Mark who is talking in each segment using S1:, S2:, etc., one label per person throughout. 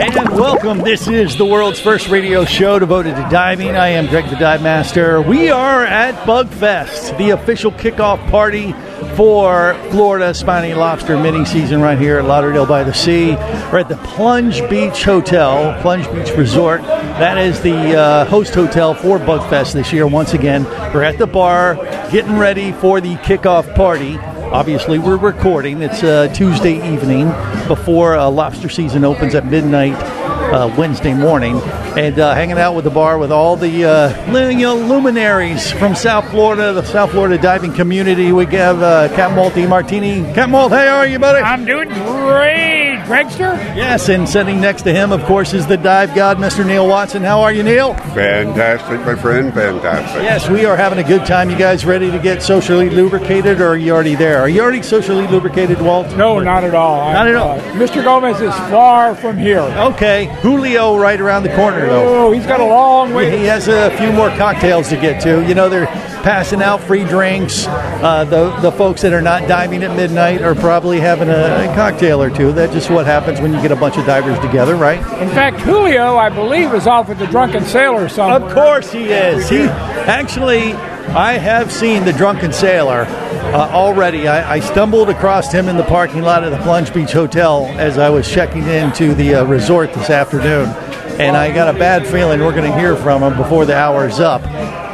S1: And welcome. This is the world's first radio show devoted to diving. I am Greg the Dive Master. We are at Bugfest, the official kickoff party for Florida Spiny Lobster mini season right here at Lauderdale by the Sea. We're at the Plunge Beach Hotel, Plunge Beach Resort. That is the uh, host hotel for Bugfest this year. Once again, we're at the bar getting ready for the kickoff party. Obviously, we're recording. It's uh, Tuesday evening before uh, lobster season opens at midnight uh, Wednesday morning, and uh, hanging out with the bar with all the uh, lu- you know, luminaries from South Florida, the South Florida diving community. We have uh, Captain Walt E. Martini. Captain Walt, how are you, buddy?
S2: I'm doing great, Gregster.
S1: yes, and sitting next to him, of course, is the dive god, Mr. Neil Watson. How are you, Neil?
S3: Fantastic, my friend, fantastic.
S1: Yes, we are having a good time. You guys ready to get socially lubricated, or are you already there? Are you already socially lubricated, Walt?
S2: No, not at all.
S1: Not at all.
S2: Uh, Mr. Gomez is far from here.
S1: Okay, Julio right around the corner though.
S2: Oh, he's got a long way.
S1: He has a few more cocktails to get to. You know, they're passing out free drinks. Uh, the the folks that are not diving at midnight are probably having a, a cocktail or two. That's just what happens when you get a bunch of divers together, right?
S2: In fact, Julio, I believe, is off with the drunken sailor somewhere.
S1: Of course he is. He actually, I have seen the drunken sailor uh, already. I, I stumbled across him in the parking lot of the Plunge Beach Hotel as I was checking into the uh, resort this afternoon, and I got a bad feeling we're going to hear from him before the hour's up.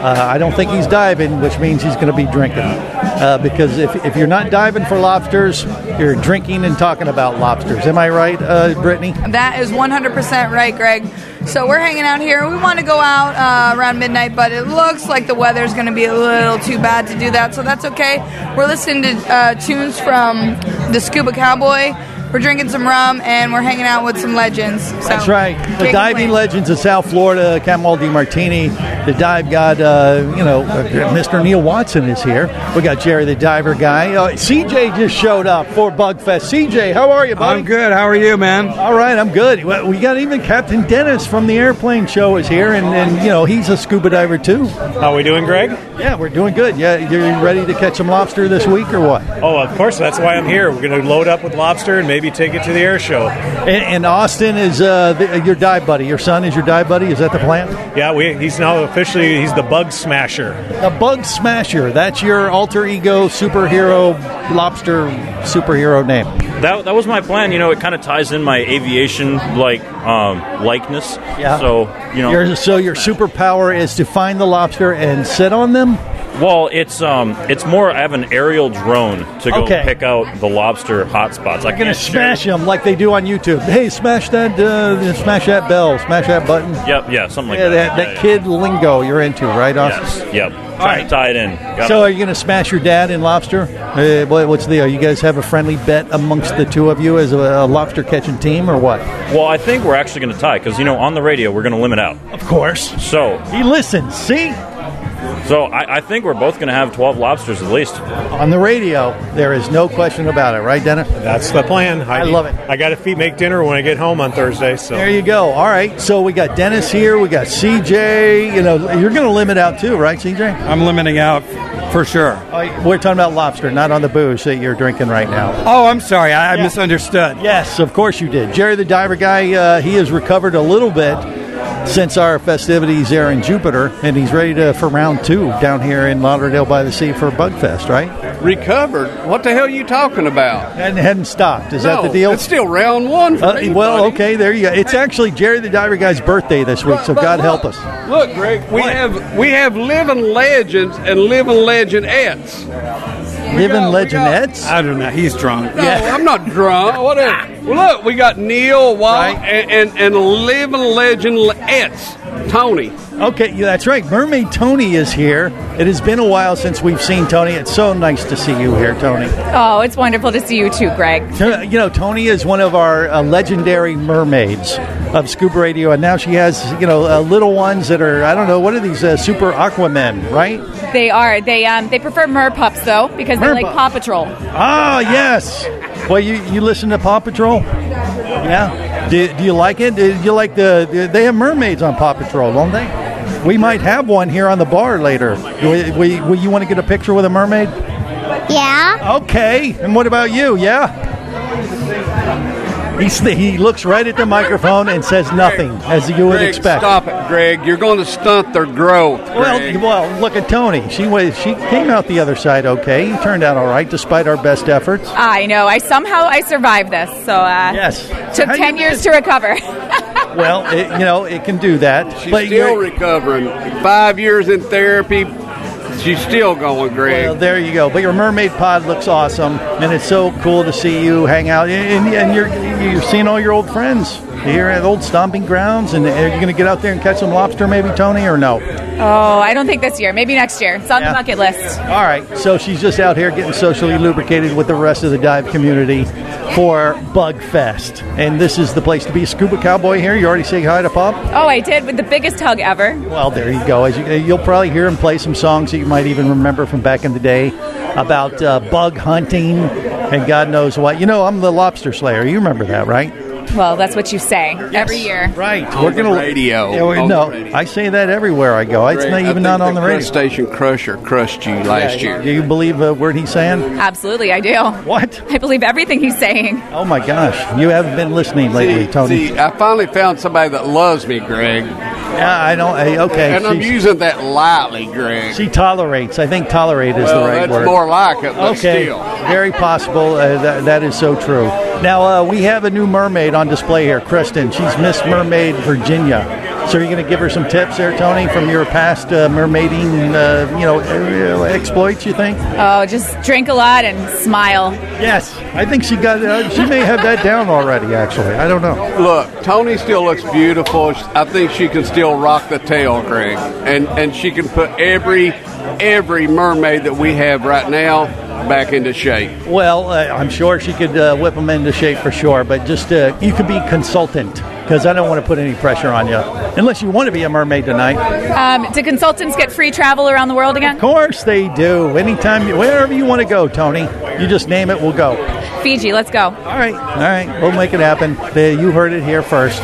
S1: Uh, I don't think he's diving, which means he's going to be drinking. Uh, because if, if you're not diving for lobsters, you're drinking and talking about lobsters. Am I right, uh, Brittany?
S4: That is 100% right, Greg. So we're hanging out here. We want to go out uh, around midnight, but it looks like the weather's going to be a little too bad to do that, so that's okay. We're listening to uh, tunes from the Scuba Cowboy. We're drinking some rum and we're hanging out with some legends. So
S1: That's right. The
S4: can't
S1: diving
S4: complain.
S1: legends of South Florida, Camal Martini, the dive god, uh, you know, uh, Mr. Neil Watson is here. We got Jerry the diver guy. Uh, CJ just showed up for Bugfest. CJ, how are you, buddy?
S5: I'm good. How are you, man?
S1: All right, I'm good. Well, We got even Captain Dennis from the airplane show is here, and, and you know, he's a scuba diver too.
S6: How we doing, Greg?
S1: Yeah, we're doing good. Yeah, you're ready to catch some lobster this week or what?
S6: Oh, of course. That's why I'm here. We're going to load up with lobster and maybe take it to the air show.
S1: And, and Austin is uh, the, your dive buddy. Your son is your dive buddy. Is that the plan?
S6: Yeah, we, he's now officially he's the bug smasher.
S1: The Bug Smasher. That's your alter ego superhero lobster superhero name.
S7: That, that was my plan. You know, it kind of ties in my aviation like um, likeness.
S1: Yeah.
S7: So you know,
S1: Your, so your superpower is to find the lobster and sit on them.
S7: well, it's um, it's more. I have an aerial drone to go
S1: Okay.
S7: pick out the lobster hotspots. I'm
S1: You're gonna smash them like they do on YouTube. Hey, smash that! Uh, smash that bell! Smash that button!
S7: Yep. Yeah. Something like
S1: yeah, that,
S7: that.
S1: that kid lingo you're into, right, Austin?
S7: Yes. Yep. Trying to tie it in. Got
S1: So,
S7: it.
S1: are you gonna smash your dad in lobster? Uh, what- what's the deal? You guys have a friendly bet amongst the two of you as a, a lobster catching team, or what?
S7: well, I think we're actually going to tie because you know on the radio we're going to limit out.
S1: Of course.
S7: So
S1: He listens. See,
S7: so I, I think we're both going to have twelve lobsters at least.
S1: on the radio, there is no question about it, right, Dennis?
S6: That's the plan. Heidi.
S1: love it.
S6: I got to feed, make dinner when I get home on Thursday. So
S1: There you go. All right. So we got Dennis here. We got CJ. You know, you're going to limit out too, right, CJ?
S5: I'm limiting out for sure.
S1: We're talking about lobster, not on the booze that you're drinking right now.
S5: Oh, I'm sorry. I, I misunderstood.
S1: Yes, of course you did. Jerry the diver guy, uh, he has recovered a little bit. since our festivities there in Jupiter, and he's ready to for round two down here in Lauderdale by the Sea for Bugfest, right?
S8: Recovered? What the hell are you talking about?
S1: And hadn't stopped. Is that
S8: No,
S1: the deal?
S8: It's still round one. For
S1: Uh,
S8: me,
S1: well,
S8: buddy.
S1: okay, there you go. It's actually Jerry the Diver Guy's birthday this week, so
S8: But
S1: God
S8: look-
S1: help us.
S8: Look, Greg, we have we have living legends and living legendettes.
S1: Living legendettes?
S5: I don't know. He's drunk.
S8: No, I'm not drunk. Whatever. Well, look, we got Neil White and, and and living legend legendettes. Tony.
S1: Okay, yeah, that's right. Mermaid Tony is here. It has been a while since we've seen Tony. It's so nice to see you here, Tony.
S9: Oh, it's wonderful to see you too, Greg.
S1: So, You know, Tony is one of our uh, legendary mermaids of scuba radio, and now she has, you know, uh, little ones that are, I don't know, what are these, uh, super aquamen, right?
S9: They are. They um they prefer merpups though because they like
S1: Merpups.
S9: Paw Patrol.
S1: Ah, yes. Well, you, you listen to Paw Patrol? Yeah. Do, do you like it? Do you like the, they have mermaids on Paw Patrol, don't they? We might have one here on the bar later. We, we, we, you want to get a picture with a mermaid? Yeah. Okay. And what about you? Yeah. He's, he looks right at the microphone and says nothing, as you would
S8: Greg,
S1: expect.
S8: Stop it, Greg. You're going to stunt their growth.
S1: Well, well, look at Tony. She was, she came out the other side okay. He turned out all right, despite our best efforts.
S9: I know. I somehow I survived this. So uh,
S1: Yes.
S9: took ten years to recover.
S1: Well, it, you know, it can do that.
S8: She's still recovering. Five years in therapy. She's still going, Greg.
S1: Well, there you go. But your mermaid pod looks awesome, and it's so cool to see you hang out. And, and you're you've seen all your old friends here at old stomping grounds. And are you going to get out there and catch some lobster, maybe Tony, or no?
S9: oh, I don't think this year. Maybe next year. It's on the bucket list.
S1: All right. So she's just out here getting socially lubricated with the rest of the dive community for Bug Fest, and this is the place to be. Scuba Cowboy here. You already say hi to Pop.
S9: Oh, I did with the biggest hug ever.
S1: Well, there you go. As you, you'll probably hear him play some songs that you might even remember from back in the day about uh, bug hunting and God knows what. You know, I'm the lobster slayer. You remember that, right?
S9: Well, that's what you say every year.
S1: Right.
S8: On the radio.
S1: Yeah, we-
S8: On the
S1: no, I say that everywhere I go. It's
S8: Greg,
S1: not
S8: I
S1: even
S8: think
S1: not on the radio.
S8: Station Crusher crushed you last year.
S1: Do you believe a word he's saying?
S9: Absolutely, I do.
S1: What?
S9: I believe everything he's saying.
S1: Oh my gosh, you haven't been listening lately, Tony.
S8: See, I finally found somebody that loves me, Greg.
S1: Yeah, I don't. Hey, okay.
S8: And I'm
S1: she's-
S8: using that lightly, Greg.
S1: She tolerates. I think tolerate is
S8: Well,
S1: the right
S8: that's
S1: word.
S8: more like it, but
S1: okay.
S8: still.
S1: Very possible. Uh, that, that is so true. Now, uh, we have a new mermaid on display here, Kristen. She's Miss Mermaid Virginia. So, are you going to give her some tips there, Tony, from your past uh, mermaiding, uh, you know, uh, exploits? You think?
S9: Oh, just drink a lot and smile.
S1: Yes, I think she got. Uh, she may have that down already. Actually, I don't know.
S8: Look, Tony still looks beautiful. I think she can still rock the tail, Greg, and and she can put every every mermaid that we have right now back into shape.
S1: Well, uh, I'm sure she could uh, whip them into shape for sure, but just uh, you could be consultant because I don't want to put any pressure on you unless you want to be a mermaid tonight.
S9: Um, do consultants get free travel around the world again?
S1: Of course they do. Anytime, you, wherever you want to go, Tony, you just name it, we'll go.
S9: Fiji, let's go. All
S1: right. All right, we'll make it happen. The- You heard it here first.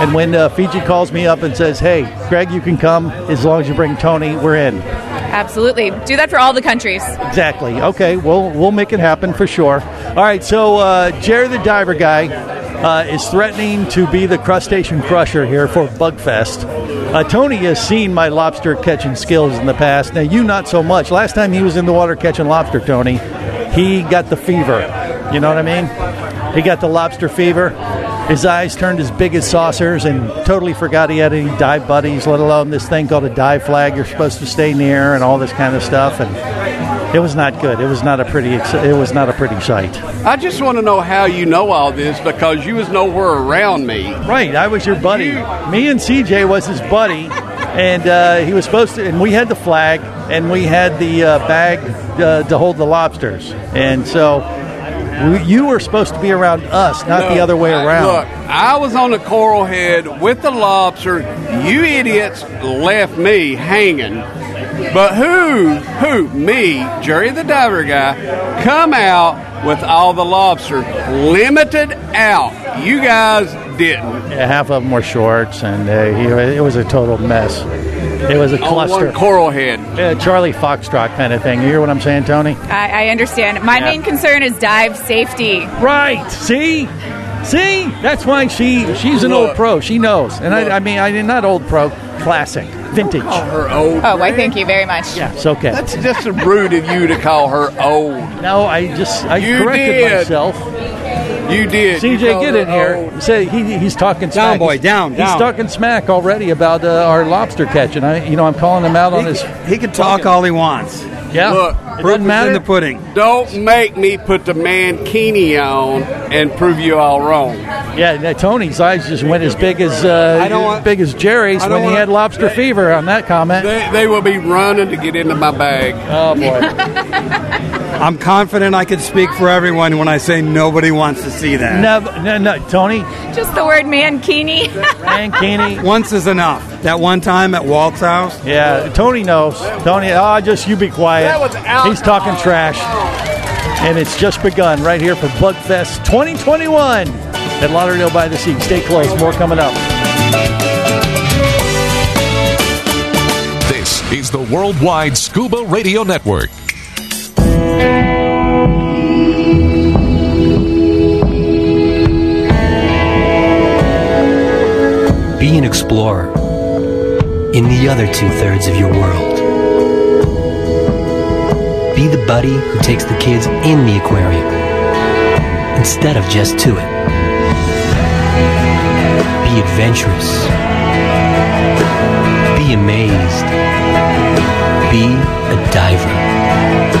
S1: And when uh, Fiji calls me up and says, "Hey, Greg, you can come as long as you bring Tony," we're in.
S9: Absolutely. Do that for all the countries.
S1: Exactly. Okay, we'll we'll make it happen for sure. All right. So uh, Jerry the diver guy uh, is threatening to be the crustacean crusher here for Bugfest. Uh, Tony has seen my lobster catching skills in the past. Now you not so much. Last time he was in the water catching lobster, Tony, he got the fever. You know what I mean? He got the lobster fever. His eyes turned as big as saucers and totally forgot he had any dive buddies, let alone this thing called a dive flag you're supposed to stay near and all this kind of stuff. And it was not good. It was not a pretty. ex- It was not a pretty sight.
S8: I just want to know how you know all this because you was nowhere around me.
S1: Right, I was your buddy. Me and CJ was his buddy, and uh, he was supposed to. And we had the flag, and we had the uh, bag uh, to hold the lobsters, and so we, you were supposed to be around us, not the
S8: No,
S1: other way
S8: I-
S1: around.
S8: Look, I was on the coral head with the lobster. You idiots left me hanging. But who, who, me, Jerry the diver guy, come out with all the lobster limited out? You guys didn't.
S1: Yeah, half of them were shorts, and uh, he, it was a total mess. It was a
S8: On Oh, one
S1: cluster.
S8: coral head.
S1: Yeah, Charlie Foxtrot kind of thing. You hear what I'm saying, Tony?
S9: I, I understand. My
S1: Yeah.
S9: main concern is dive safety.
S1: Right. See? See, that's why she she's an old pro. She knows, and I, I mean, I not old pro, classic, vintage.
S8: old.
S9: Oh, I thank you very much.
S1: It's okay.
S8: That's just rude of you to call her old.
S1: No, I just I
S8: you
S1: corrected
S8: did.
S1: myself.
S8: You did. You
S1: CJ,
S8: called
S1: get in
S8: her
S1: here. Say he, he's talking smack.
S5: boy,
S1: He's-
S5: down,
S1: He's
S5: down.
S1: talking smack already about uh, our lobster catch, and I, you know, I'm calling him out on his.
S5: He can talk all he wants.
S1: Yeah,
S8: Look,
S1: it doesn't matter.
S5: pudding.
S8: Don't make me put the mankini on and prove you all wrong.
S1: Yeah, and, uh, Tony's eyes just went as big as uh,
S8: I don't want-
S1: big as Jerry's
S8: I
S1: when
S8: don't
S1: he
S8: want-
S1: had lobster fever on that comment.
S8: They, they will be running to get into my bag.
S1: Oh boy.
S5: I'm confident I can speak for everyone when I say nobody wants to see that.
S1: No, no, no, Tony.
S9: Just the word mankini.
S1: mankini.
S5: Once is enough. That one time at Walt's house.
S1: Yeah, Tony knows. Tony, oh, just you be quiet.
S5: That was alcohol.
S1: He's talking trash. And it's just begun right here for Bugfest 2021 at Lauderdale by the Sea. Stay close, more coming up.
S10: This is the Worldwide Scuba Radio Network.
S11: Be an explorer in the other two thirds of your world. Be the buddy who takes the kids in the aquarium instead of just to it. Be adventurous. Be amazed. Be a diver.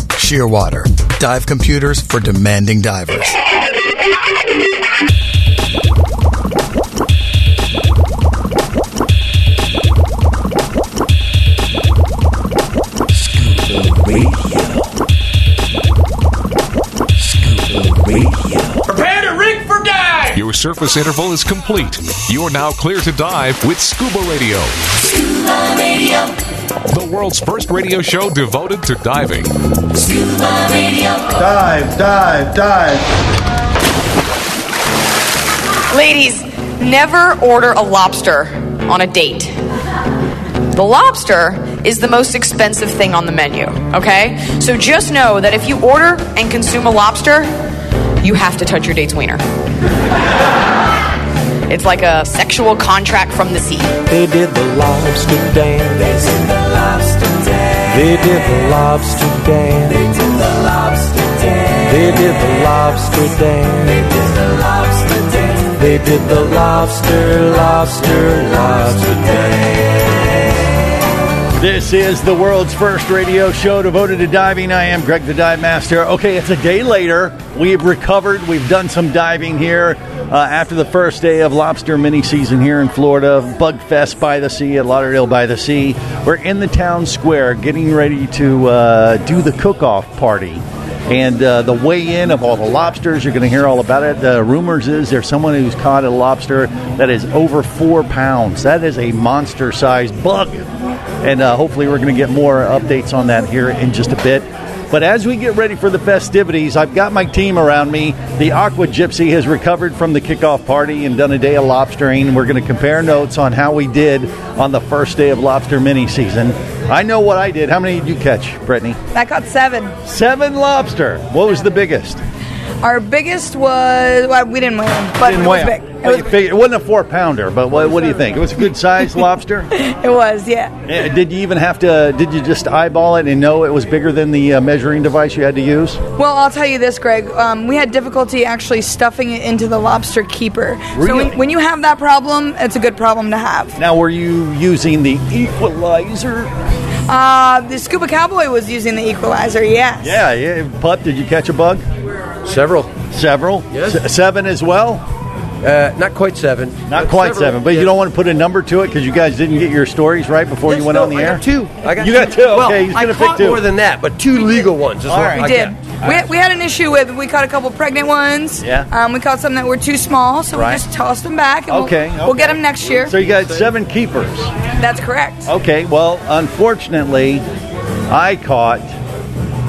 S12: Shearwater, dive computers for demanding divers.
S13: Prepare to rig for dive!
S10: Your surface interval is complete. You're now clear to dive with Scuba Radio. The world's first radio show devoted to diving.
S1: Dive, dive, dive.
S14: Ladies, never order a lobster on a date. The lobster is the most expensive thing on the menu, okay? So just know that if you order and consume a lobster, you have to touch your date's wiener. It's like a sexual contract from the sea.
S15: They did the lobster dance. They did the lobster dance. They did the lobster dance. They did the lobster dance. They did the lobster dance. They did the lobster dance. They did the lobster, lobster, lobster dance.
S1: This is the world's first radio show devoted to diving. I am Greg the Dive Master. Okay, it's a day later. We've recovered. We've done some diving here uh, after the first day of lobster mini season here in Florida. Bugfest by the Sea at Lauderdale by the Sea. We're in the town square getting ready to uh, do the cook off party. and uh, the weigh-in of all the lobsters. You're going to hear all about it. The rumors is there's someone who's caught a lobster that is over four pounds. That is a monster-sized bug, and uh, hopefully we're going to get more updates on that here in just a bit. But as we get ready for the festivities, I've got my team around me. The Aqua Gypsy has recovered from the kickoff party and done a day of lobstering. We're going to compare notes on how we did on the first day of lobster mini season. I know what I did. How many did you catch, Brittany?
S4: I caught seven.
S1: Seven lobster. What was the biggest?
S4: Our biggest was well, we didn't win, but
S1: Didn't
S4: it was
S1: weigh
S4: big.
S1: 'em. But you figure- It wasn't a four pounder, but what, what do you think? It was a good sized lobster.
S4: It was, yeah.
S1: Eh, Did you even have to? Did you just eyeball it and know it was bigger than the uh, measuring device you had to use?
S4: Well, I'll tell you this, Greg. Um, we had difficulty actually stuffing it into the lobster keeper. So
S1: Really?
S4: when, when you have that problem, it's a good problem to have.
S1: Now, were you using the equalizer?
S4: Uh, the scuba cowboy was using the equalizer. Yes.
S1: Yeah, yeah. Pup, did you catch a bug? Several. Several. Yes. seven as well. Uh, not quite seven. Not
S16: But
S1: quite
S16: several,
S1: seven, but you
S16: yes.
S1: don't want to put a number to it because you guys didn't get your stories right before you went on the
S16: I
S1: air.
S16: got two. I got
S1: you got two.
S16: Well,
S1: okay, he's
S16: I
S1: gonna pick
S16: caught
S1: two.
S16: more than that, but two legal ones. Is
S1: All
S16: what
S1: right.
S16: I
S4: We did.
S16: got.
S4: We, we had an issue with we caught a couple pregnant ones.
S1: Yeah.
S4: Um, we caught some that were too small, so
S1: Right.
S4: we just tossed them back. And
S1: Okay,
S4: We'll, we'll get them next year.
S1: So you got seven keepers.
S4: That's correct.
S1: Okay, well, unfortunately, I caught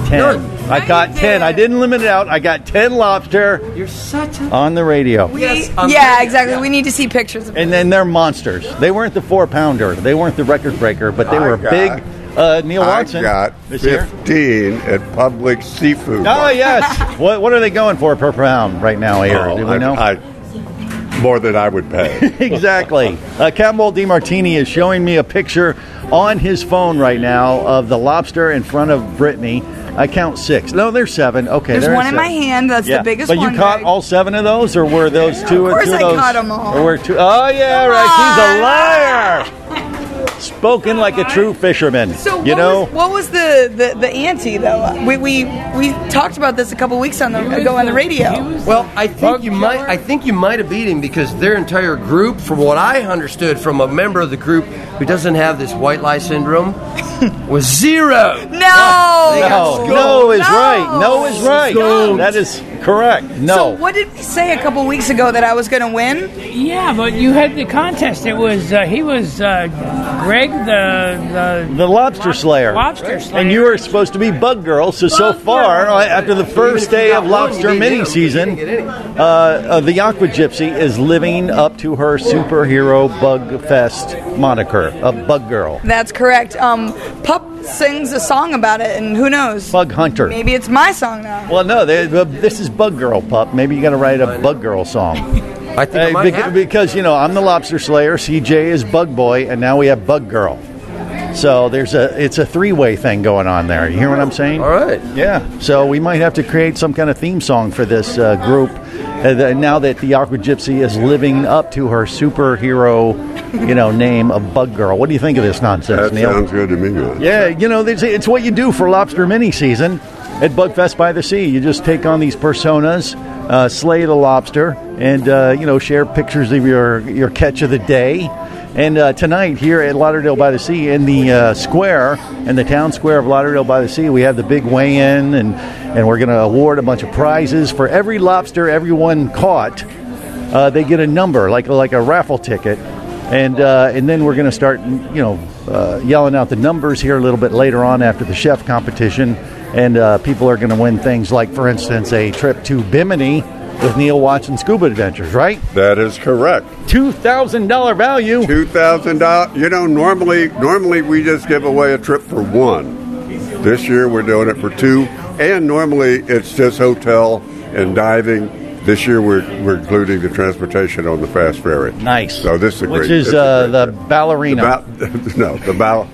S1: 10. I caught 10. I didn't limit it out. I got 10 lobster. You're such a. On the radio.
S4: We, yeah, exactly. We need to see pictures of
S1: And then they're monsters. They weren't the four pounder, they weren't the record breaker, but they
S3: I
S1: were
S3: got-
S1: big. Uh, Neil Watson.
S3: I got
S1: is here.
S3: 15 at Public Seafood.
S1: Oh, yes. what, what are they going for per pound right now, Aaron? Do we
S3: Oh, I-
S1: know?
S3: I- more than I would pay.
S1: exactly. Uh, Campbell DiMartini is showing me a picture on his phone right now of the lobster in front of Brittany. I count six. No, there's seven. Okay,
S4: There's
S1: there are
S4: one in my
S1: seven.
S4: hand. That's the
S1: Yeah.
S4: biggest
S1: But
S4: one.
S1: you caught all seven of those, or were those two
S4: Of
S1: or
S4: course
S1: two
S4: I
S1: of those?
S4: caught 'em all.
S1: Or were two? Oh yeah, right. He's a liar. Spoken like a true fisherman.
S4: So what
S1: you know.
S4: was, what was the, the the ante though? We we we talked about this a couple weeks on the ago on the radio.
S16: Well, I think you might. I think you might have beat him because their entire group, from what I understood from a member of the group who doesn't have this white lie syndrome, was zero.
S4: No,
S1: no, no is right. No is right. That is correct. No.
S4: Oh, So what did we say a couple weeks ago that I was going to win?
S2: Yeah, but you had the contest. It was uh, he was uh, Greg the the
S1: The Lobster Slayer.
S2: Lobster Slayer.
S1: And you were supposed to be Bug Girl. So, so far, uh, after the first day of Lobster Mini Season, uh, uh, the Aqua Gypsy is living up to her superhero Bug Fest moniker of Bug Girl.
S4: That's correct. Um, Pup sings a song about it, and who knows?
S1: Bug Hunter.
S4: Maybe it's my song now.
S1: Well, no, they, uh, this is Bug Girl, pup. Maybe you got to write a Bug Girl song. I
S16: think I might have.
S1: because you know I'm the Lobster Slayer, CJ is Bug Boy, and now we have Bug Girl. So there's a it's a three way thing going on there. You hear what I'm saying? All
S16: right.
S1: Yeah. So we might have to create some kind of theme song for this uh, group. uh, that- now that the Aqua Gypsy is living up to her superhero, you know, name of Bug Girl. What do you think of this nonsense,
S3: that
S1: Neil?
S3: sounds good to me. man.
S1: Yeah, you know, it's, it's what you do for lobster mini season at Bugfest by the Sea. You just take on these personas, uh, slay the lobster, and uh, you know, share pictures of your your catch of the day. And uh, tonight here at Lauderdale by the Sea, in the uh, square, in the town square of Lauderdale by the Sea, we have the big weigh-in, and and we're going to award a bunch of prizes for every lobster everyone caught uh, they get a number like like a raffle ticket and uh, and then we're going to start you know uh, yelling out the numbers here a little bit later on after the chef competition and uh, people are going to win things like for instance a trip to bimini with neil watson scuba adventures right
S3: That is correct.
S1: Two thousand dollar value.
S3: Two thousand dollar. You know, normally, normally we just give away a trip for one. This year we're doing it for two, and normally it's just hotel and diving. This year we're we're including the transportation on the fast ferry.
S1: Nice.
S3: So this is a
S1: which
S3: great.
S1: is
S3: it's a
S1: uh,
S3: great-
S1: the ballerina
S3: the ba- no the bal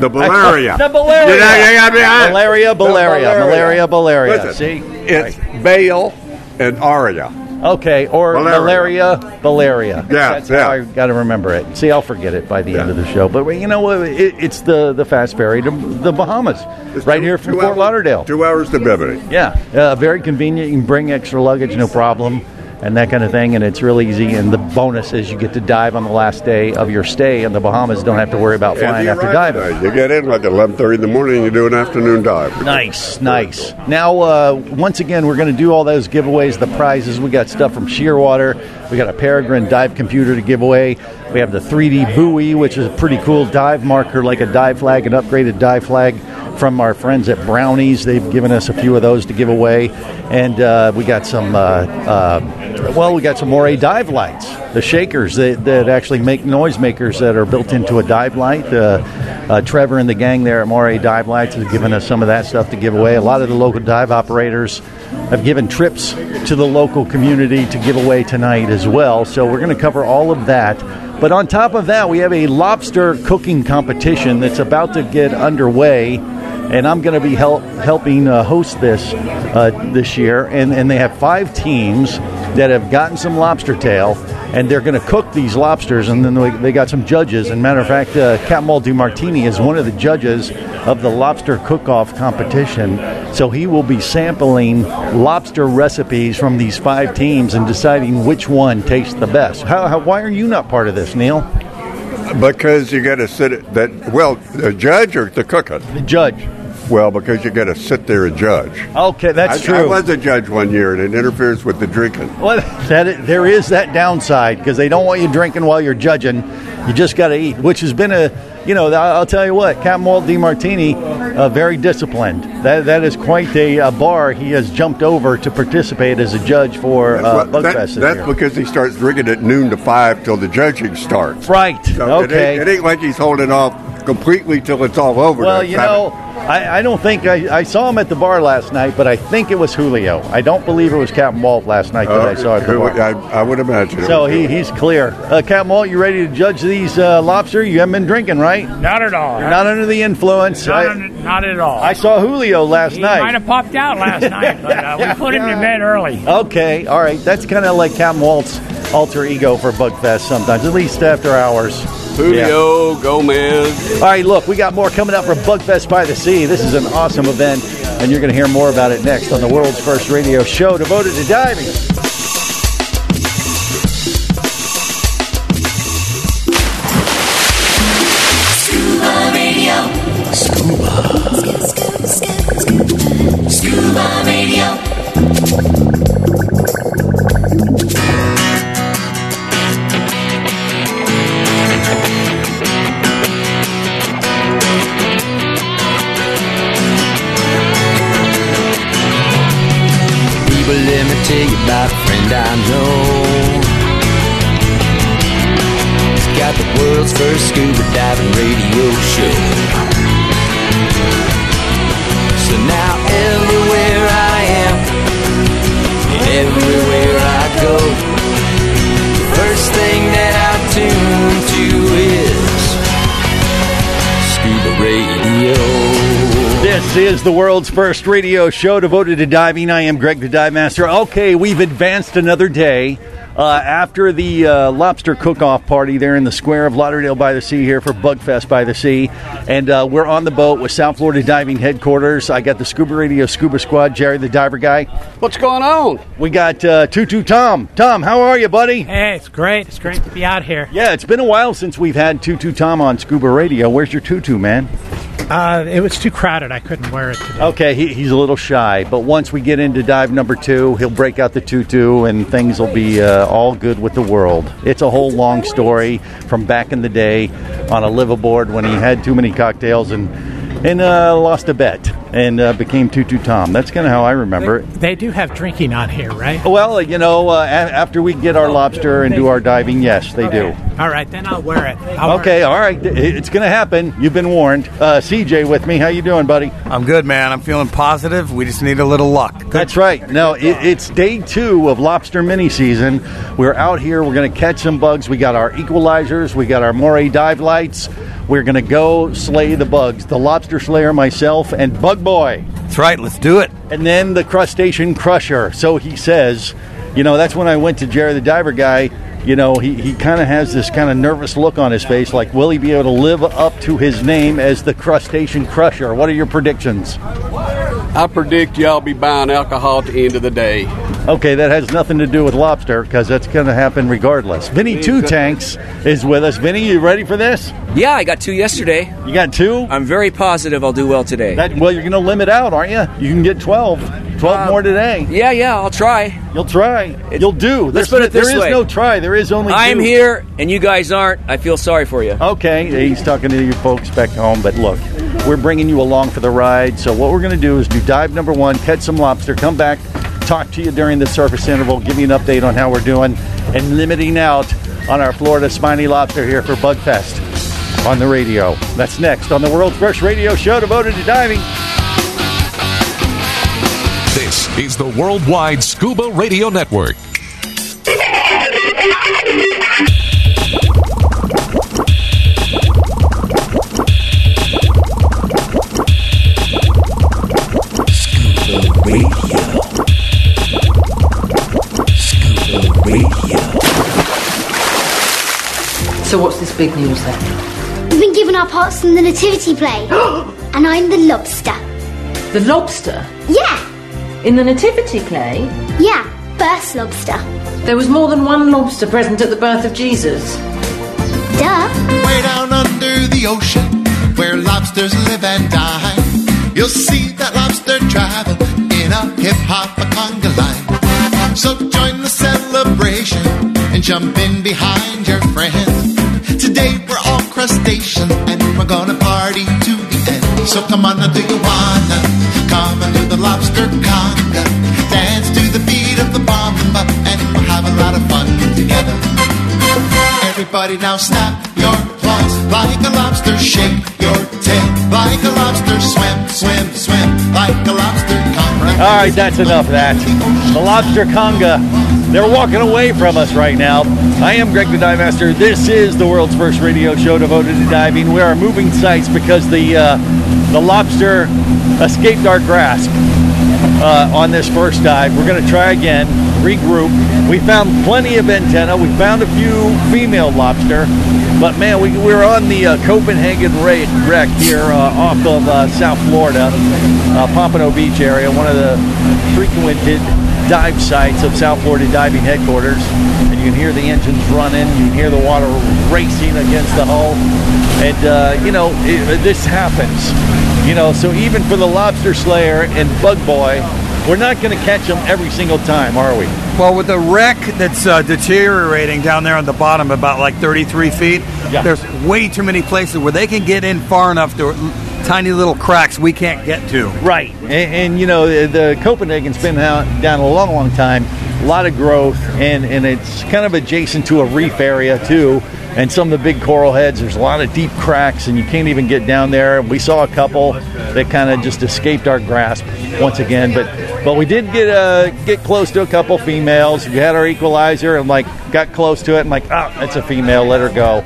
S3: the malaria.
S1: the malaria.
S3: You know, you got me on.
S1: Malaria,
S3: The
S1: malaria, malaria, malaria.
S3: Listen,
S1: See?
S3: it's bale and aria.
S1: Okay, or
S3: Malaria.
S1: malaria, malaria.
S3: Yeah,
S1: That's how I got to remember it. See, I'll forget it by the end of the show. But you know what? It, it's the, the fast ferry to the Bahamas, right here from
S3: two
S1: Fort
S3: hours-
S1: Lauderdale.
S3: Two hours to Bimini.
S1: Yeah, uh, very convenient. You can bring extra luggage, no problem, and that kind of thing. And it's real easy. And the bonus is you get to dive on the last day of your stay in the Bahamas. Don't have to worry about flying after diving.
S3: uh, You get in like eleven thirty in the morning. and You do an afternoon dive.
S1: Nice, nice. Now, uh, once again, we're going to do all those giveaways, the prizes. We got stuff from Shearwater. We got a Peregrine dive computer to give away. We have the 3D buoy, which is a pretty cool dive marker, like a dive flag, an upgraded dive flag. from our friends at Brownies. They've given us a few of those to give away, and uh, we got some. Uh, uh, well, we got some Moray dive lights, the shakers that, that actually make noise makers that are built into a dive light. Uh, uh, Trevor and the gang there at Moray Dive Lights has given us some of that stuff to give away. A lot of the local dive operators have given trips to the local community to give away tonight as well. So we're going to cover all of that. But on top of that, we have a lobster cooking competition that's about to get underway, and I'm going to be help, helping uh, host this uh, this year. And, and they have five teams that have gotten some lobster tail, and they're going to cook these lobsters. And then they, they got some judges. And matter of fact, uh, Cat Maldi Martini is one of the judges of the lobster cook-off competition. So he will be sampling lobster recipes from these five teams and deciding which one tastes the best. How, how, why are you not part of this, Neil?
S3: Because you got to sit at that. Well, the judge or the cook it? The
S1: judge.
S3: Well, because you got to sit there and judge.
S1: Okay, that's
S3: I,
S1: true.
S3: I was a judge one year, and it interferes with the drinking.
S1: Well, that i- there is that downside because they don't want you drinking while you're judging. You just got to eat, which has been a, you know, I- I'll tell you what, Captain Walt DiMartini, uh, very disciplined. That that is quite a, uh bar he has jumped over to participate as a judge for uh,
S3: Well,
S1: Bugfest.
S3: that-
S1: this
S3: that's
S1: year.
S3: because he starts drinking at noon to five till the judging starts.
S1: Right.
S3: So
S1: Okay.
S3: It ain't, it ain't like he's holding off completely till it's all over.
S1: Well,
S3: That's
S1: you
S3: not-
S1: know, I, I don't think I, I saw him at the bar last night, but I think it was Julio. I don't believe it was Captain Walt last night that I saw at the
S3: Uh, who-
S1: bar.
S3: I, I would imagine. it
S1: So
S3: would
S1: he,
S3: do.
S1: he's clear. Uh, Captain Walt, you ready to judge these uh, lobster? You haven't been drinking, right?
S2: Not at all.
S1: You're not under the influence.
S2: Not,
S1: I,
S2: on- not at all.
S1: I saw Julio last
S2: he might
S1: night.
S2: have popped out last night, but uh, we put him to bed early.
S1: Okay, all right. That's kind of like Captain Walt's alter ego for Bugfest sometimes, at least after hours. Yeah.
S8: Julio Gomez.
S1: All right, look, we got more coming up from Bugfest by the Sea. This is an awesome event, and you're going to hear more about it next on the world's first radio show devoted to diving.
S15: Scuba Radio.
S17: People, let me tell you about a friend I know. He's got the world's first scuba diving radio show. So now everywhere I am, and everywhere I go, the first thing that I tune to is scuba radio.
S1: This is the world's first radio show devoted to diving. I am Greg the Dive Master. Okay, we've advanced another day. Uh, after the uh, lobster cook-off party there in the square of Lauderdale by the Sea here for Bugfest by the Sea, and uh, we're on the boat with South Florida Diving Headquarters. I got the Scuba Radio Scuba Squad, Jerry the Diver Guy.
S8: What's going on?
S1: We got uh, Tutu Tom. Tom, how are you, buddy?
S18: Hey, it's great. It's great to be out here.
S1: Yeah, it's been a while since we've had Tutu Tom on Scuba Radio. Where's your tutu, man?
S18: Uh, it was too crowded. I couldn't wear it today.
S1: Okay, he, he's a little shy, but once we get into dive number two, he'll break out the tutu and things will be uh, all good with the world. It's a whole long story from back in the day on a liveaboard when he had too many cocktails and and uh, lost a bet and uh, became Tutu Tom. That's kind of how I remember it.
S18: They do have drinking on here, right?
S1: Well, you know, uh, a- after we get our lobster and do our diving, yes, they do.
S18: All right, then I'll wear it. I'll wear
S1: Okay, all right, it- it's going to happen. You've been warned. Uh, CJ with me. How you doing, buddy?
S5: I'm good, man. I'm feeling positive. We just need a little luck.
S1: That's right. No, it, it's day two of lobster mini season. We're out here. We're going to catch some bugs. We got our equalizers. We got our moray dive lights. We're going to go slay the bugs. The lobster slayer, myself, and Bug Boy.
S5: That's right. Let's do it.
S1: And then the crustacean crusher. So he says, you know, that's when I went to Jerry the diver guy. You know, he, he kind of has this kind of nervous look on his face, like, will he be able to live up to his name as the crustacean crusher? What are your predictions?
S8: I predict y'all be buying alcohol at the end of the day.
S1: Okay, that has nothing to do with lobster because that's going to happen regardless. Vinny Two Tanks is with us. Vinny, you ready for this?
S19: Yeah, I got two yesterday.
S1: You got two?
S19: I'm very positive I'll do well today.
S1: That, well, you're going to limit out, aren't you? You can get 12. 12 more today.
S19: Uh, Yeah, yeah, I'll try.
S1: You'll try. You'll do.
S19: Let's
S1: There's-
S19: put it this
S1: There is
S19: way.
S1: no try. There is only
S19: I'm
S1: two.
S19: here and you guys aren't. I feel sorry for you.
S1: Okay, he's talking to you folks back home, but look, We're bringing you along for the ride. So what we're going to do is do dive number one, catch some lobster, come back, talk to you during the surface interval, give you an update on how we're doing, and limiting out on our Florida spiny lobster here for Bugfest on the radio. That's next on the world's first radio show devoted to diving.
S10: This is the Worldwide Scuba Radio Network.
S20: So what's this big news then?
S21: We've been given our parts in the nativity play, and I'm the lobster.
S20: The lobster?
S21: Yeah,
S20: In the nativity play,
S21: yeah, first lobster.
S20: there was more than one lobster present at the birth of Jesus.
S21: Duh.
S22: Way down under the ocean, where lobsters live and die, you'll see that lobster travel in a hip hop conga line. So join the celebration and jump in behind your friends. Today we're all crustaceans and we're gonna party to the end. So come on, now do you wanna come and do the lobster conga? Dance to the beat of the bomba and we'll have a lot of fun together. Everybody now snap your claws like a lobster, shake your tail like a lobster, swim, swim, swim like a lobster.
S1: All right, that's enough of that. The lobster conga. They're walking away from us right now. I am Greg the Dive Master. This is the world's first radio show devoted to diving. We are moving sites because the uh, the lobster escaped our grasp uh, on this first dive. We're going to try again, regroup. We found plenty of antenna. We found a few female lobster, but man, we, we're on the uh, Copenhagen Ra- wreck here uh, off of uh, South Florida, uh, Pompano Beach area, one of the frequented dive sites of South Florida Diving Headquarters. And you can hear the engines running. You can hear the water racing against the hull. And uh, you know it, this happens. You know, so even for the lobster slayer and bug boy, we're not going to catch them every single time, are we?
S5: Well, with the wreck that's uh, deteriorating down there on the bottom, about like 33 feet, there's way too many places where they can get in far enough to tiny little cracks we can't get to.
S1: Right. And, and you know, the, the Copenhagen's been out, down a long, long time. A lot of growth, and, and it's kind of adjacent to a reef area, too. And some of the big coral heads, there's a lot of deep cracks, and you can't even get down there. We saw a couple that kind of just escaped our grasp once again, but but we did get uh, get close to a couple females. We had our equalizer, and like got close to it, and like ah, that's a female, let her go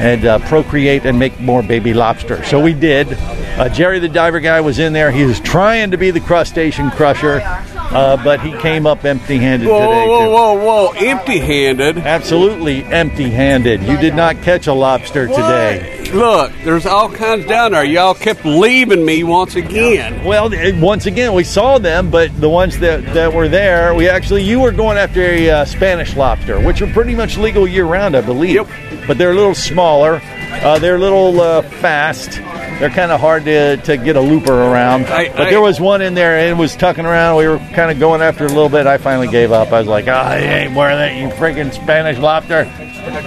S1: and uh, procreate and make more baby lobster. So we did. Uh, Jerry the diver guy was in there. He was trying to be the crustacean crusher, uh, but he came up empty-handed
S8: Whoa,
S1: today.
S8: whoa,
S1: too.
S8: whoa, whoa, empty-handed.
S1: Absolutely empty-handed. You did not catch a lobster today.
S8: Look, there's all kinds down there. Y'all kept leaving me once again.
S1: Well, it- once again, we saw them, but the ones that, that were there, we actually, you were going after a uh, Spanish lobster, which are pretty much legal year round, I believe. But they're a little smaller, uh, they're a little uh, fast, they're kind of hard to, to get a looper around. but there was one in there and it was tucking around. We were kind of going after it a little bit. I finally gave up. I was like, ah, it ain't worth it, you freaking Spanish lobster.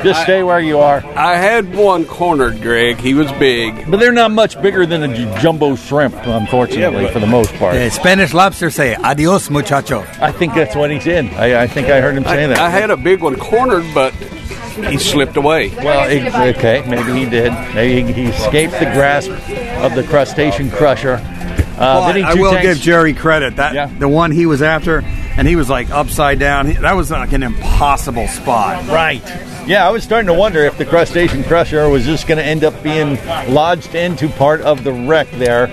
S1: Just stay where you are.
S8: I had one cornered, Greg. He was big.
S1: But they're not much bigger than a j- jumbo shrimp, unfortunately,
S5: Yeah, but-
S1: for the most part.
S5: The Spanish lobster say, adios, muchacho.
S1: I think that's what he's in. I, I think I heard him say that.
S8: I had a big one cornered, but he slipped away.
S1: Well, it, okay, maybe he did. Maybe he, he escaped the grasp of the crustacean crusher. Uh,
S5: But
S1: then he
S5: I
S1: two
S5: will
S1: tanks-
S5: give Jerry credit. That the one he was after, and he was like upside down. He- that was like an impossible spot.
S1: Right. Yeah, I was starting to wonder if the crustacean crusher was just going to end up being lodged into part of the wreck there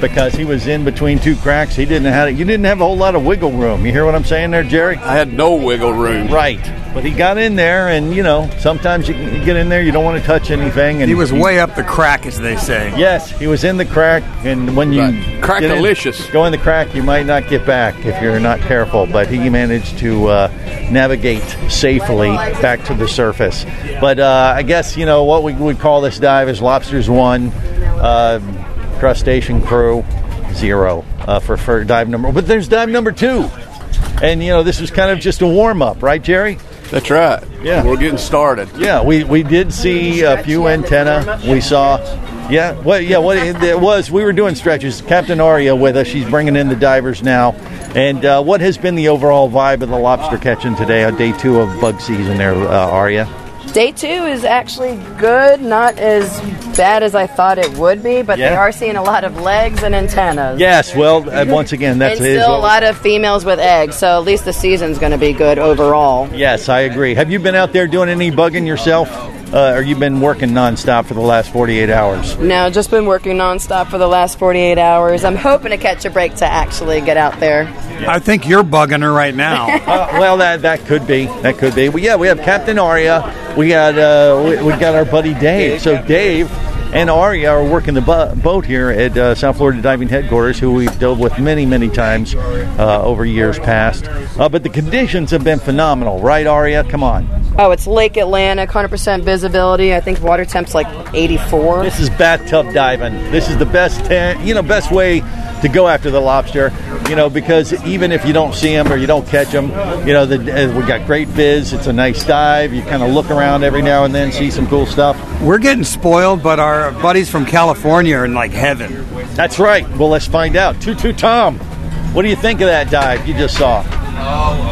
S1: because he was in between two cracks. He didn't have you didn't have a whole lot of wiggle room. You hear what I'm saying there, Jerry? I
S8: had no wiggle room.
S1: Right. But he got in there, and you know, sometimes you, can, you get in there, you don't want to touch anything. And
S5: He was way up the crack, as they say.
S1: Yes, he was in the crack, and when you get in-
S5: Crackalicious.
S1: go in the crack, you might not get back if you're not careful. But he managed to uh, navigate safely back to the surface. But uh, I guess you know what we would call this dive is lobsters one, uh, crustacean crew zero uh, for, for dive number. But there's dive number two, and you know this was kind of just a warm up, right, Jerry?
S8: That's right.
S1: Yeah,
S8: We're getting started.
S1: Yeah, we, we did see a few antenna. We saw, Yeah, well, yeah, what it it was, we were doing stretches. Captain Aria with us. She's bringing in the divers now. And uh, what has been the overall vibe of the lobster catching today on day two of bug season there, uh, Aria?
S6: Day two is actually good, not as bad as I thought it would be, but they
S1: Yeah.
S6: are seeing a lot of legs and antennas.
S1: Yes, well, uh, once again, that's
S6: and
S1: it is
S6: still a
S1: what-
S6: lot of females with eggs, so at least the season's going to be good overall.
S1: Yes, I agree. Have you been out there doing any bugging yourself? Uh, or you been working nonstop for the last 48 hours?
S6: No, just been working nonstop for the last 48 hours. I'm hoping to catch a break to actually get out there.
S5: I think you're bugging her right now.
S1: uh, well, that that could be. That could be. Well, yeah, we have Captain Aria. We got uh, we, we got our buddy Dave. So Dave and Aria are working the bu- boat here at uh, South Florida Diving Headquarters, who we've dealt with many, many times uh, over years past. Uh, but the conditions have been phenomenal, right, Aria? Come on.
S6: Oh, it's Lake Atlantic, 100% visibility. I think water temp's like 84.
S1: This is bathtub diving. This is the best, ta- you know, best way to go after the lobster. You know, because even if you don't see them or you don't catch them, you know, the, uh, we got great viz. It's a nice dive. You kind of look around every now and then, see some cool stuff.
S5: We're getting spoiled, but our buddies from California are in like heaven.
S1: That's right. Well, let's find out. Tutu Tom, what do you think of that dive you just saw?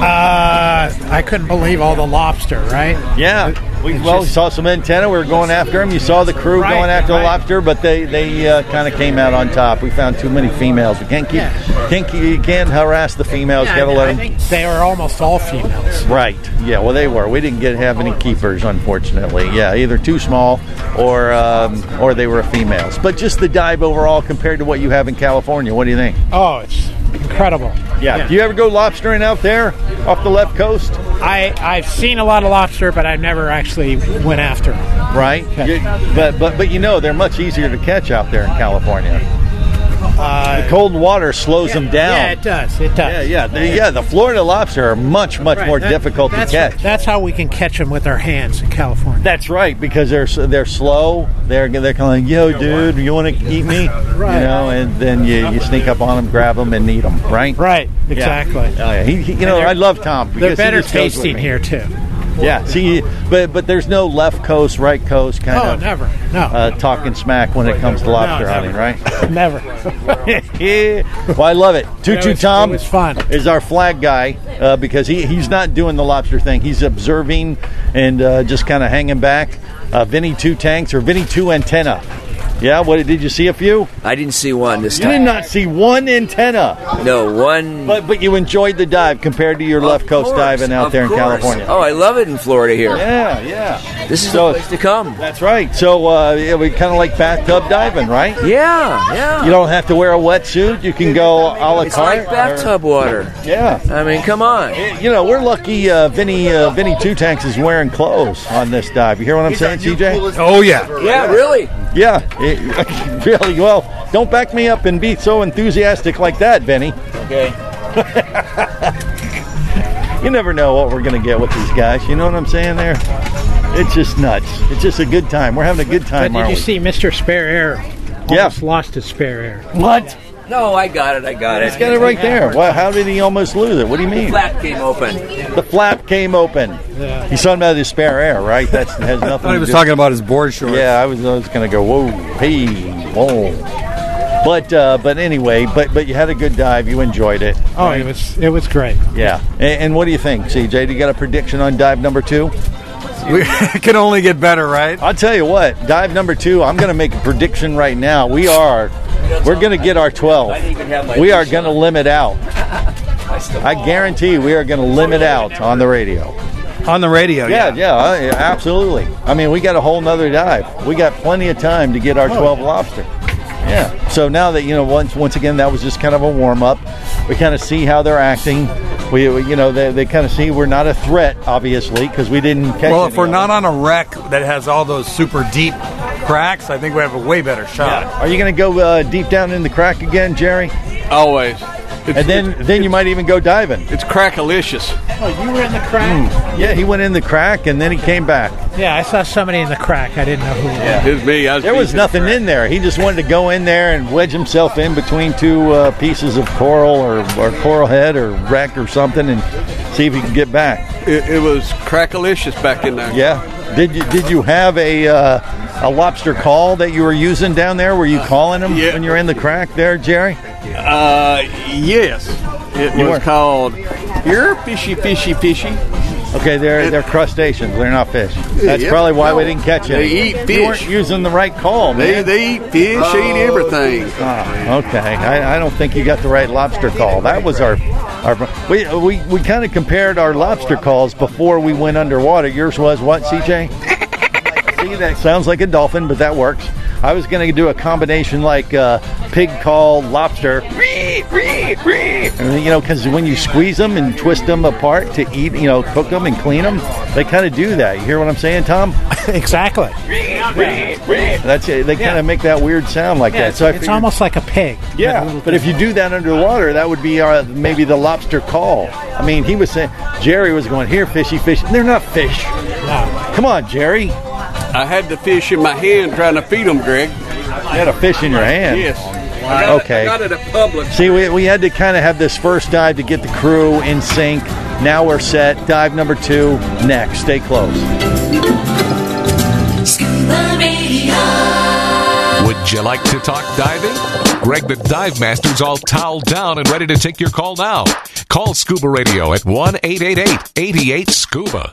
S18: Uh, I couldn't believe all the lobster, right?
S1: Yeah, we
S18: It's
S1: well,
S18: just-
S1: saw some antenna. We were going after them. You saw the crew
S18: Right,
S1: going after
S18: right.
S1: the lobster, but they they uh, kind of came out on top. We found too many females. We can't keep can't keep, you can't harass the females.
S18: Yeah,
S1: Gotta
S18: I,
S1: let
S18: I
S1: them.
S18: think they are almost all females.
S1: Right. Yeah. Well, they were. We didn't get have any keepers, unfortunately. Yeah, either too small or um, or they were females. But just the dive overall compared to what you have in California, what do you think?
S18: Oh, it's incredible.
S1: Yeah. Do you ever go lobstering out there off the left coast?
S18: I I've seen a lot of lobster, but I've never actually went after. 'em.
S1: Right. You- but but but you know they're much easier to catch out there in California. the cold water slows them down.
S18: Yeah, it does. It does.
S1: Uh, Yeah, yeah, the, yeah. The Florida lobster are much, much
S18: Right,
S1: more
S18: that-
S1: difficult to
S18: that's-
S1: catch.
S18: That's how we can catch them with our hands in California.
S1: That's right, because they're s- they're slow. They're they're kind of like, yo, dude, you want to eat me? You know, and then you, you sneak up on them, grab them, and eat them. Right. Right.
S18: exactly.
S1: Oh, yeah. He, he- you
S18: And
S1: know,
S18: they're-
S1: I love Tom. Because
S18: They're
S1: he
S18: better
S1: just goes with
S18: tasting
S1: me.
S18: here too.
S1: Yeah. See, but but there's no left coast, right coast kind
S18: Oh,
S1: of
S18: never. No.
S1: uh, talking smack when it comes to lobster
S18: No,
S1: hunting,
S18: never.
S1: right?
S18: Never.
S1: well, I love it. Tutu
S18: was-
S1: Tom
S18: it was fun.
S1: is our flag guy uh, because he, he's not doing the lobster thing. He's observing and uh, just kind of hanging back. Uh, Vinny Two Tanks or Vinny Two Antenna. Yeah, what did you see a few?
S19: I didn't see one this
S1: You did
S19: time.
S1: not see one antenna.
S19: No one.
S1: But but you enjoyed the dive compared to your left coast diving out
S19: Of
S1: there in
S19: course.
S1: California.
S19: Oh, I love it in Florida here.
S1: Yeah, yeah.
S19: This is
S1: So
S19: the place to come.
S1: That's right. So uh, yeah, we kind of like bathtub diving, right?
S19: Yeah, yeah.
S1: You don't have to wear a wetsuit. You can go a la
S19: It's
S1: carte.
S19: like bathtub water.
S1: Yeah.
S19: I mean, come on.
S1: You know, we're lucky uh, Vinny uh, Vinny Two Tanks is wearing clothes on this dive. You hear what I'm saying, CJ?
S5: Oh, yeah.
S19: Yeah, really.
S1: Yeah. It- really. Well, don't back me up and be so enthusiastic like that, Vinny.
S19: Okay.
S1: You never know what we're going to get with these guys. You know what I'm saying there? It's just nuts. It's just a good time. We're having a good
S18: But
S1: time,
S18: did
S1: aren't
S18: you
S1: we?
S18: see Mr. Spare Air?
S1: Yeah.
S18: Almost lost his spare air.
S1: What?
S19: No, I got it. I got it.
S1: He's got it right there. Well, how did he almost lose it? What do you mean?
S19: Flap came open.
S1: The flap came open.
S19: Yeah.
S1: He's talking about his spare air, right? That has nothing.
S5: he
S1: to
S5: was
S1: do-
S5: talking about his board shorts.
S1: Yeah, I was, I was going to go whoa, hey, whoa. But uh, but anyway, but but you had a good dive. You enjoyed it.
S18: Oh, it was it was great.
S1: Yeah. And, and what do you think, CJ? Do you got a prediction on dive number two?
S5: We can only get better, right?
S1: I'll tell you what. Dive number two. I'm going to make a prediction right now. We are. We're going to get our 12. We are going to limit out. I guarantee we are going to limit out on the radio.
S5: On the radio,
S1: Yeah, yeah, uh, yeah, absolutely. I mean, we got a whole nother dive. We got plenty of time to get
S5: Oh.
S1: our 12 lobster. Yeah. So now that you know, once once again, that was just kind of a warm up. We kind of see how they're acting. We, we- you know, they, they kind of see we're not a threat, obviously, because we didn't catch.
S5: Well,
S1: any
S5: if we're
S1: of
S5: not on a wreck that has all those super deep cracks, I think we have a way better shot.
S1: them. Are you going to go uh, deep down in the crack again, Jerry?
S19: Always.
S1: and then then you might even go diving. Hmm.
S19: It's crackalicious.
S18: Oh, you were in the crack.
S1: Yeah, he went in the crack and then he came back.
S18: Yeah, I saw somebody in the crack. I didn't know who. It was.
S19: It's me. I was
S1: There was nothing in there. He just wanted to go in there and wedge himself in between two uh, pieces of coral or, or coral head or wreck or something and see if he could get back.
S19: It, it was crackalicious back in there.
S1: Yeah. Did you did you have a uh, a lobster call that you were using down there? Were you calling them when you were in the crack there, Jerry?
S19: Uh, yes. It
S1: You
S19: was
S1: were-
S19: called You're Fishy Fishy Fishy.
S1: Okay, they're they're crustaceans. They're not fish. That's
S19: Yeah.
S1: probably why we didn't catch it.
S19: They eat
S1: You weren't
S19: fish.
S1: using the right call,
S19: They-
S1: man.
S19: they eat fish, they
S3: Uh,
S19: eat everything.
S1: Oh, Ah, okay, I, I don't think you got the right lobster call. That was our our we we, we kind of compared our lobster calls before we went underwater. Yours was what, CJ? See, that sounds like a dolphin, but that works. I was going to do a combination like uh, pig call, lobster. And, you know, because when you squeeze them and twist them apart to eat, you know, cook them and clean them, they kind of do that. You hear what I'm saying, Tom? exactly. That's it. They kind of make that weird sound like
S18: Yeah,
S1: that. So I
S18: it's
S1: figured-
S18: almost like a pig.
S1: yeah, but if you do that underwater, that would be our, maybe the lobster call. I mean, he was saying Jerry was going here, fishy, fish. They're not fish. Come on, Jerry.
S19: I had the fish in my hand trying to feed them, Greg. You
S1: had a fish in your hand?
S19: Yes. I got
S1: Okay.
S19: It, I got it at Publix.
S1: See, we, we had to kind of have this first dive to get the crew in sync. Now we're set. Dive number two next. Stay close.
S10: Would you like to talk diving? Greg the Dive Master's all toweled down and ready to take your call now. Call Scuba Radio at 1 888 88 Scuba.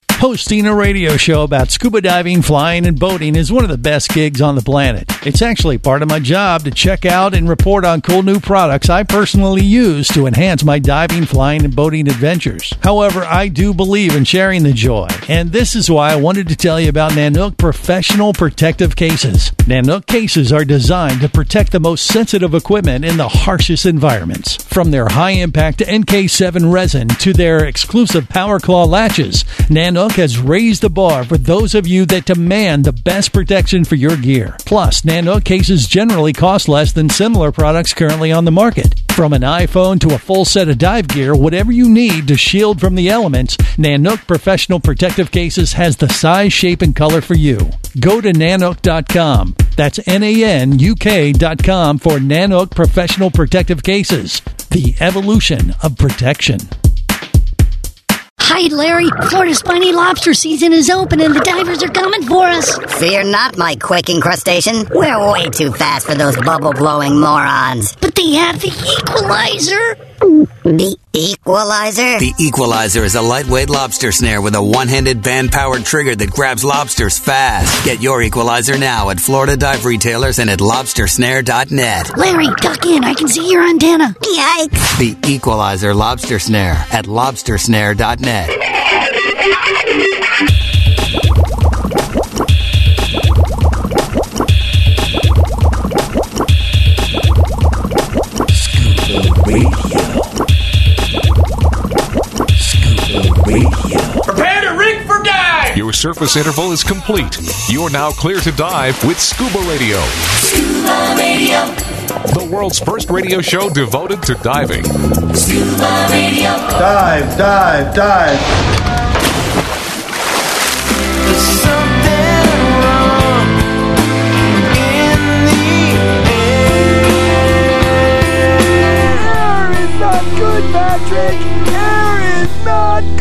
S23: Hosting a radio show about scuba diving, flying, and boating is one of the best gigs on the planet. It's actually part of my job to check out and report on cool new products I personally use to enhance my diving, flying, and boating adventures. However, I do believe in sharing the joy, and this is why I wanted to tell you about Nanook Professional Protective Cases. Nanook cases are designed to protect the most sensitive equipment in the harshest environments. From their high impact NK7 resin to their exclusive Power Claw latches, Nanook has raised the bar for those of you that demand the best protection for your gear. Plus, Nanook cases generally cost less than similar products currently on the market. From an iPhone to a full set of dive gear, whatever you need to shield from the elements, Nanook Professional Protective Cases has the size, shape, and color for you. Go to nanook.com. That's N A N U K.com for Nanook Professional Protective Cases, the evolution of protection.
S7: Hi, Larry. Florida spiny lobster season is open and the divers are coming for us.
S9: Fear not, my quaking crustacean. We're way too fast for those bubble blowing morons.
S7: But they have the equalizer.
S9: The equalizer?
S12: The Equalizer is a lightweight lobster snare with a one-handed band-powered trigger that grabs lobsters fast. Get your Equalizer now at Florida dive retailers and at lobstersnare.net.
S7: Larry, duck in. I can see your antenna.
S9: Yikes.
S12: The Equalizer lobster snare at lobstersnare.net.
S10: Prepare to rig for dive! Your surface interval is complete. You're now clear to dive with Scuba Radio. Scuba Radio. The world's first radio show devoted to diving. Scuba Radio.
S1: Dive, dive, dive.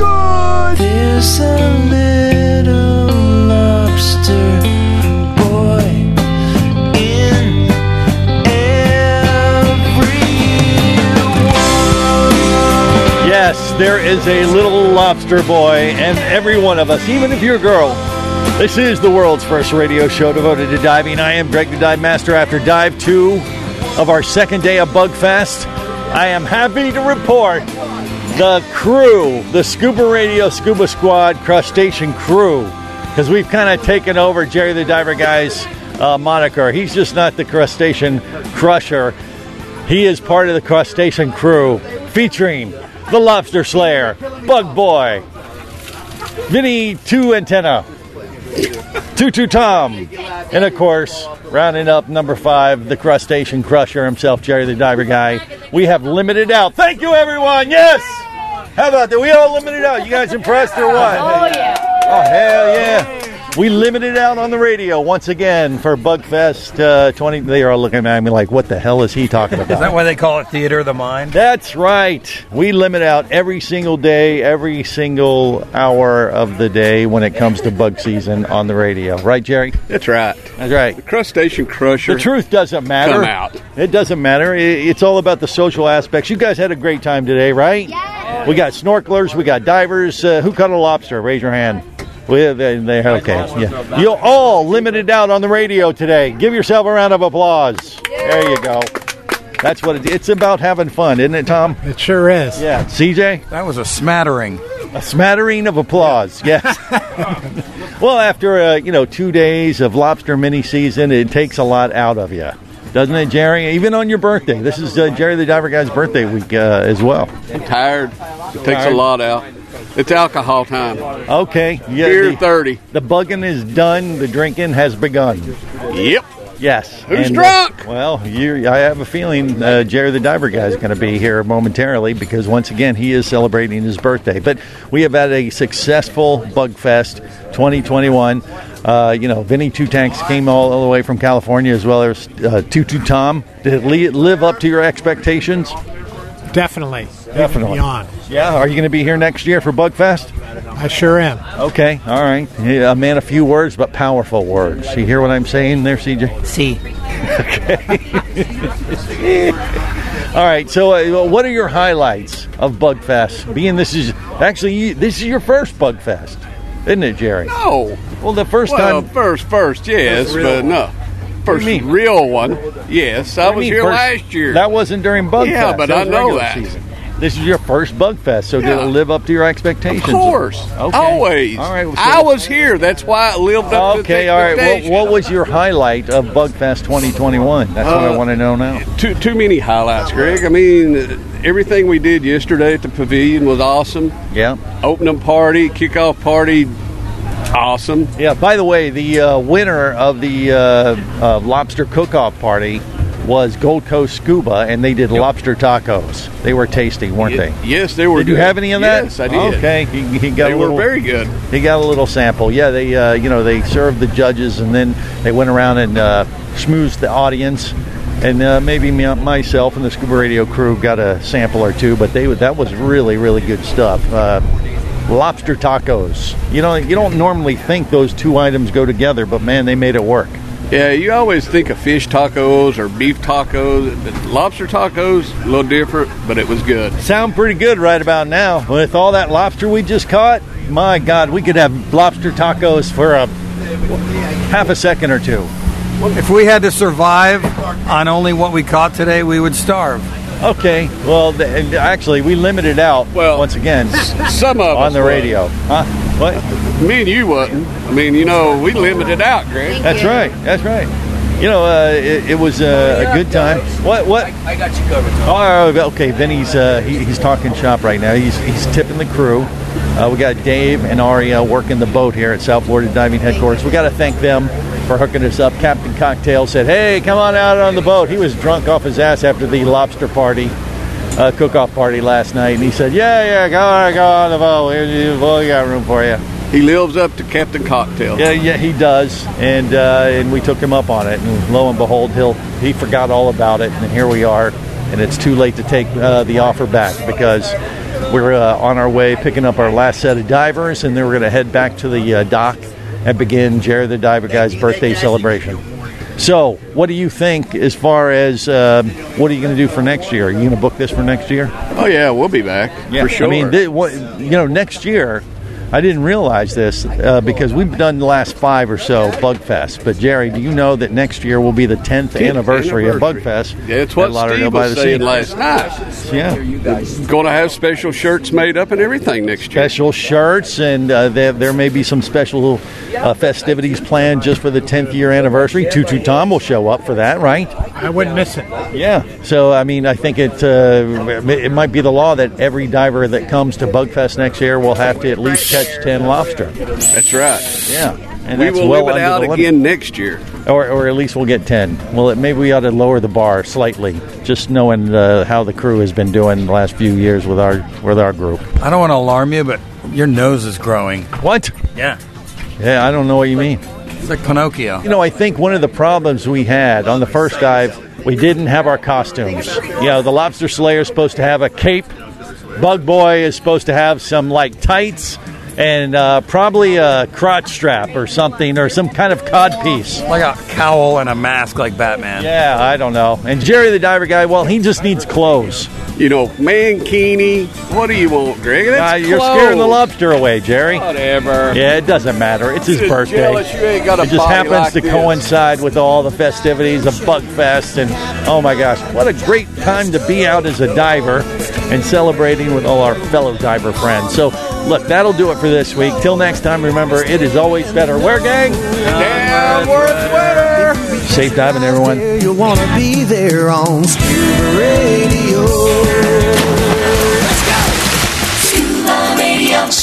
S15: There's a little lobster boy in
S1: Yes, there is a little lobster boy, and every one of us, even if you're a girl, this is the world's first radio show devoted to diving. I am Greg the Dive Master after dive two of our second day of Bugfest. I am happy to report the crew, the Scuba Radio Scuba Squad Crustacean crew, because we've kind of taken over Jerry the Diver Guy's uh, moniker. He's just not the crustacean crusher. He is part of the crustacean crew, featuring the Lobster Slayer, Bug Boy, Vinny Two Antenna, Tutu Tom. And of course, rounding up number five, the crustacean crusher himself, Jerry the Diver Guy. We have limited out. Thank you, everyone. Yes. How about that? We all limited out. You guys impressed or what? Oh, yeah. Oh, hell yeah. We limited out on the radio once again for Bugfest uh, 20. They are all looking at me like, what the hell is he talking about?
S5: Is that why they call it theater of the mind?
S1: That's right. We limit out every single day, every single hour of the day when it comes to bug season on the radio. Right, Jerry?
S19: That's right.
S1: That's right. The
S19: crustacean crusher.
S1: The truth doesn't matter.
S19: Come out.
S1: It doesn't matter. I- It's all about the social aspects. You guys had a great time today, right? Yeah. We got snorkelers, we got divers. Uh, who caught a lobster? Raise your hand. We, they, they, okay. Yeah. You all limited out on the radio today. Give yourself a round of applause. There you go. That's what it, it's about having fun, isn't it, Tom? It sure is. Yeah. CJ?
S5: That was a smattering.
S1: A smattering of applause, yes. well, after, uh, you know, two days of lobster mini season, it takes a lot out of you. Doesn't it, Jerry? Even on your birthday. This is uh, Jerry the Diver Guy's birthday week uh, as well.
S19: I'm tired. It takes
S1: Tired.
S19: a lot out. It's alcohol time.
S1: Okay. Yeah,
S19: Beer
S1: the-
S19: 30.
S1: The bugging is done. The drinking has begun.
S19: Yep.
S1: Yes.
S19: Who's
S1: And, uh,
S19: drunk?
S1: well, you, I have a feeling uh, Jerry the Diver Guy is going to be here momentarily because once again he is celebrating his birthday. But we have had a successful Bugfest 2021. Uh, you know, Vinny Two Tanks came all, all the way from California as well as uh, Tutu Tom. Did it li- live up to your expectations?
S18: Definitely. Even
S1: Definitely.
S18: Beyond.
S1: Yeah, are you going to be here next year for Bugfest?
S18: I sure am.
S1: Okay, all right. Yeah, a man of few words, but powerful words. You hear what I'm saying there, CJ? See. okay. all right. So, uh, well, what are your highlights of Bugfest? Being this is actually you, this is your first Bugfest, isn't it, Jerry?
S19: No.
S1: Well, the first
S19: Well,
S1: time.
S19: First, first, yes,
S1: First real
S19: but no. First real one. Yes, I
S1: What do
S19: was
S1: you mean
S19: here
S1: first?
S19: last year.
S1: That wasn't during Bugfest.
S19: Yeah, but
S1: That
S19: I
S1: was
S19: know
S1: regular
S19: that.
S1: season. This is your first Bugfest, so did
S19: Yeah.
S1: it live up to your expectations?
S19: Of course.
S1: Okay.
S19: Always.
S1: All right. well, so-
S19: I was here. That's why it lived up to the
S1: Okay, all right. What,
S19: expectation.
S1: what was your highlight of Bugfest 2021? That's what I
S19: Uh,
S1: want to know now.
S19: too, too many highlights, Greg. I mean, everything we did yesterday at the pavilion was awesome.
S1: Yeah.
S19: Opening party, kickoff party, awesome.
S1: Yeah. By the way, the uh, winner of the uh, uh, lobster cook-off party was Gold Coast Scuba, and they did lobster tacos. They were tasty, weren't they?
S19: Yes, they were.
S1: Did you
S19: good.
S1: have any of that?
S19: Yes, I did.
S1: Okay, he, he got
S19: They
S1: a
S19: were
S1: little.
S19: very good.
S1: He got a little sample. Yeah, they uh, you know they served the judges, and then they went around and uh, schmoozed the audience, and uh, maybe me, myself and the scuba radio crew got a sample or two. But they that was really really good stuff. Uh, lobster tacos. You know you don't normally think those two items go together, but man, they made it work.
S19: Yeah, you always think of fish tacos or beef tacos, but lobster tacos a little different, but it was good.
S1: Sound pretty good right about now. With all that lobster we just caught, my God, we could have lobster tacos for a half a second or two.
S5: If we had to survive on only what we caught today, we would starve.
S1: Okay. Well, th- and actually, we limited out once again.
S19: Some of
S1: on
S19: us
S1: the
S19: would.
S1: radio, huh? What?
S19: Me and you wasn't. I mean, you know, we limited out, Greg.
S1: That's right. That's right. You know, uh, it, it
S16: Oh,
S1: was uh, a good time. What? What?
S16: I got you covered.
S1: Oh, okay. Vinny's uh, he, he's talking shop right now. He's he's tipping the crew. Uh, we got Dave and Aria working the boat here at South Florida Diving Headquarters. We got to thank them for hooking us up. Captain Cocktail said, "Hey, come on out on the boat." He was drunk off his ass after the lobster party, uh, cook-off party last night, and he said, "Yeah, yeah, go on, go on the boat. We- we- We got room for you."
S19: He lives up to Captain Cocktail.
S1: Yeah, yeah, he does, and uh, and we took him up on it, and lo and behold, he'll he forgot all about it, and here we are, and it's too late to take uh, the offer back because we're uh, on our way picking up our last set of divers, and then we're going to head back to the uh, dock and begin Jared the Diver Guy's birthday celebration. So, what do you think as far as um, what are you going to do for next year? Are you going to book this for next year?
S19: Oh yeah, we'll be back for sure.
S1: I mean, thi- what, you know, next year, I didn't realize this uh, because we've done the last five or so Bugfest. But Jerry, do you know that next year will be the 10th, anniversary, of
S19: anniversary.
S1: Bugfest?
S19: That's
S1: at
S19: what
S1: Lauderdale
S19: Steve
S1: by
S19: was
S1: the
S19: saying
S1: Sea.
S19: last night.
S1: Yeah.
S19: Going to have special shirts made up and everything next year.
S1: Special shirts, and uh, there, there may be some special uh, festivities planned just for the 10th year anniversary. Tutu Tom will show up for that, right?
S18: I wouldn't miss it.
S1: Yeah. So I mean, I think it uh, it might be the law that every diver that comes to Bugfest next year will have to at least catch ten lobster.
S8: That's right.
S1: Yeah, and
S8: we
S1: that's
S8: will
S1: well
S8: live it
S1: under
S8: out
S1: the limit.
S8: again next year.
S1: Or, or at least we'll get 10. Well, it, maybe we ought to lower the bar slightly, just knowing uh, how the crew has been doing the last few years with our with our group.
S5: I don't want to alarm you, but your nose is growing.
S1: What?
S5: Yeah.
S1: Yeah, I don't know what you mean.
S5: It's like Pinocchio.
S1: You know, I think one of the problems we had on the first dive, we didn't have our costumes. You know, the lobster slayer is supposed to have a cape, bug boy is supposed to have some like tights, and uh, probably a crotch strap or something, or some kind of codpiece.
S5: Like a cowl and a mask like Batman.
S1: Yeah, I don't know. And Jerry the diver guy, well, he just needs clothes.
S8: You know, mankini. What do you want, Greg? That's
S1: Uh, you're
S8: clothes.
S1: scaring the lobster away, Jerry.
S8: Whatever.
S1: Yeah, it doesn't matter. It's his
S8: Just
S1: birthday.
S8: jealous you ain't got a
S1: it just
S8: body
S1: happens
S8: like
S1: to
S8: this.
S1: coincide with all the festivities of Bugfest, and oh my gosh, what a great time to be out as a diver and celebrating with all our fellow diver friends. So, look, that'll do it for this week. Till next time, remember, it is always better. Where, gang? Safe diving, everyone.
S24: Where you wanna be there on Scuba Radio.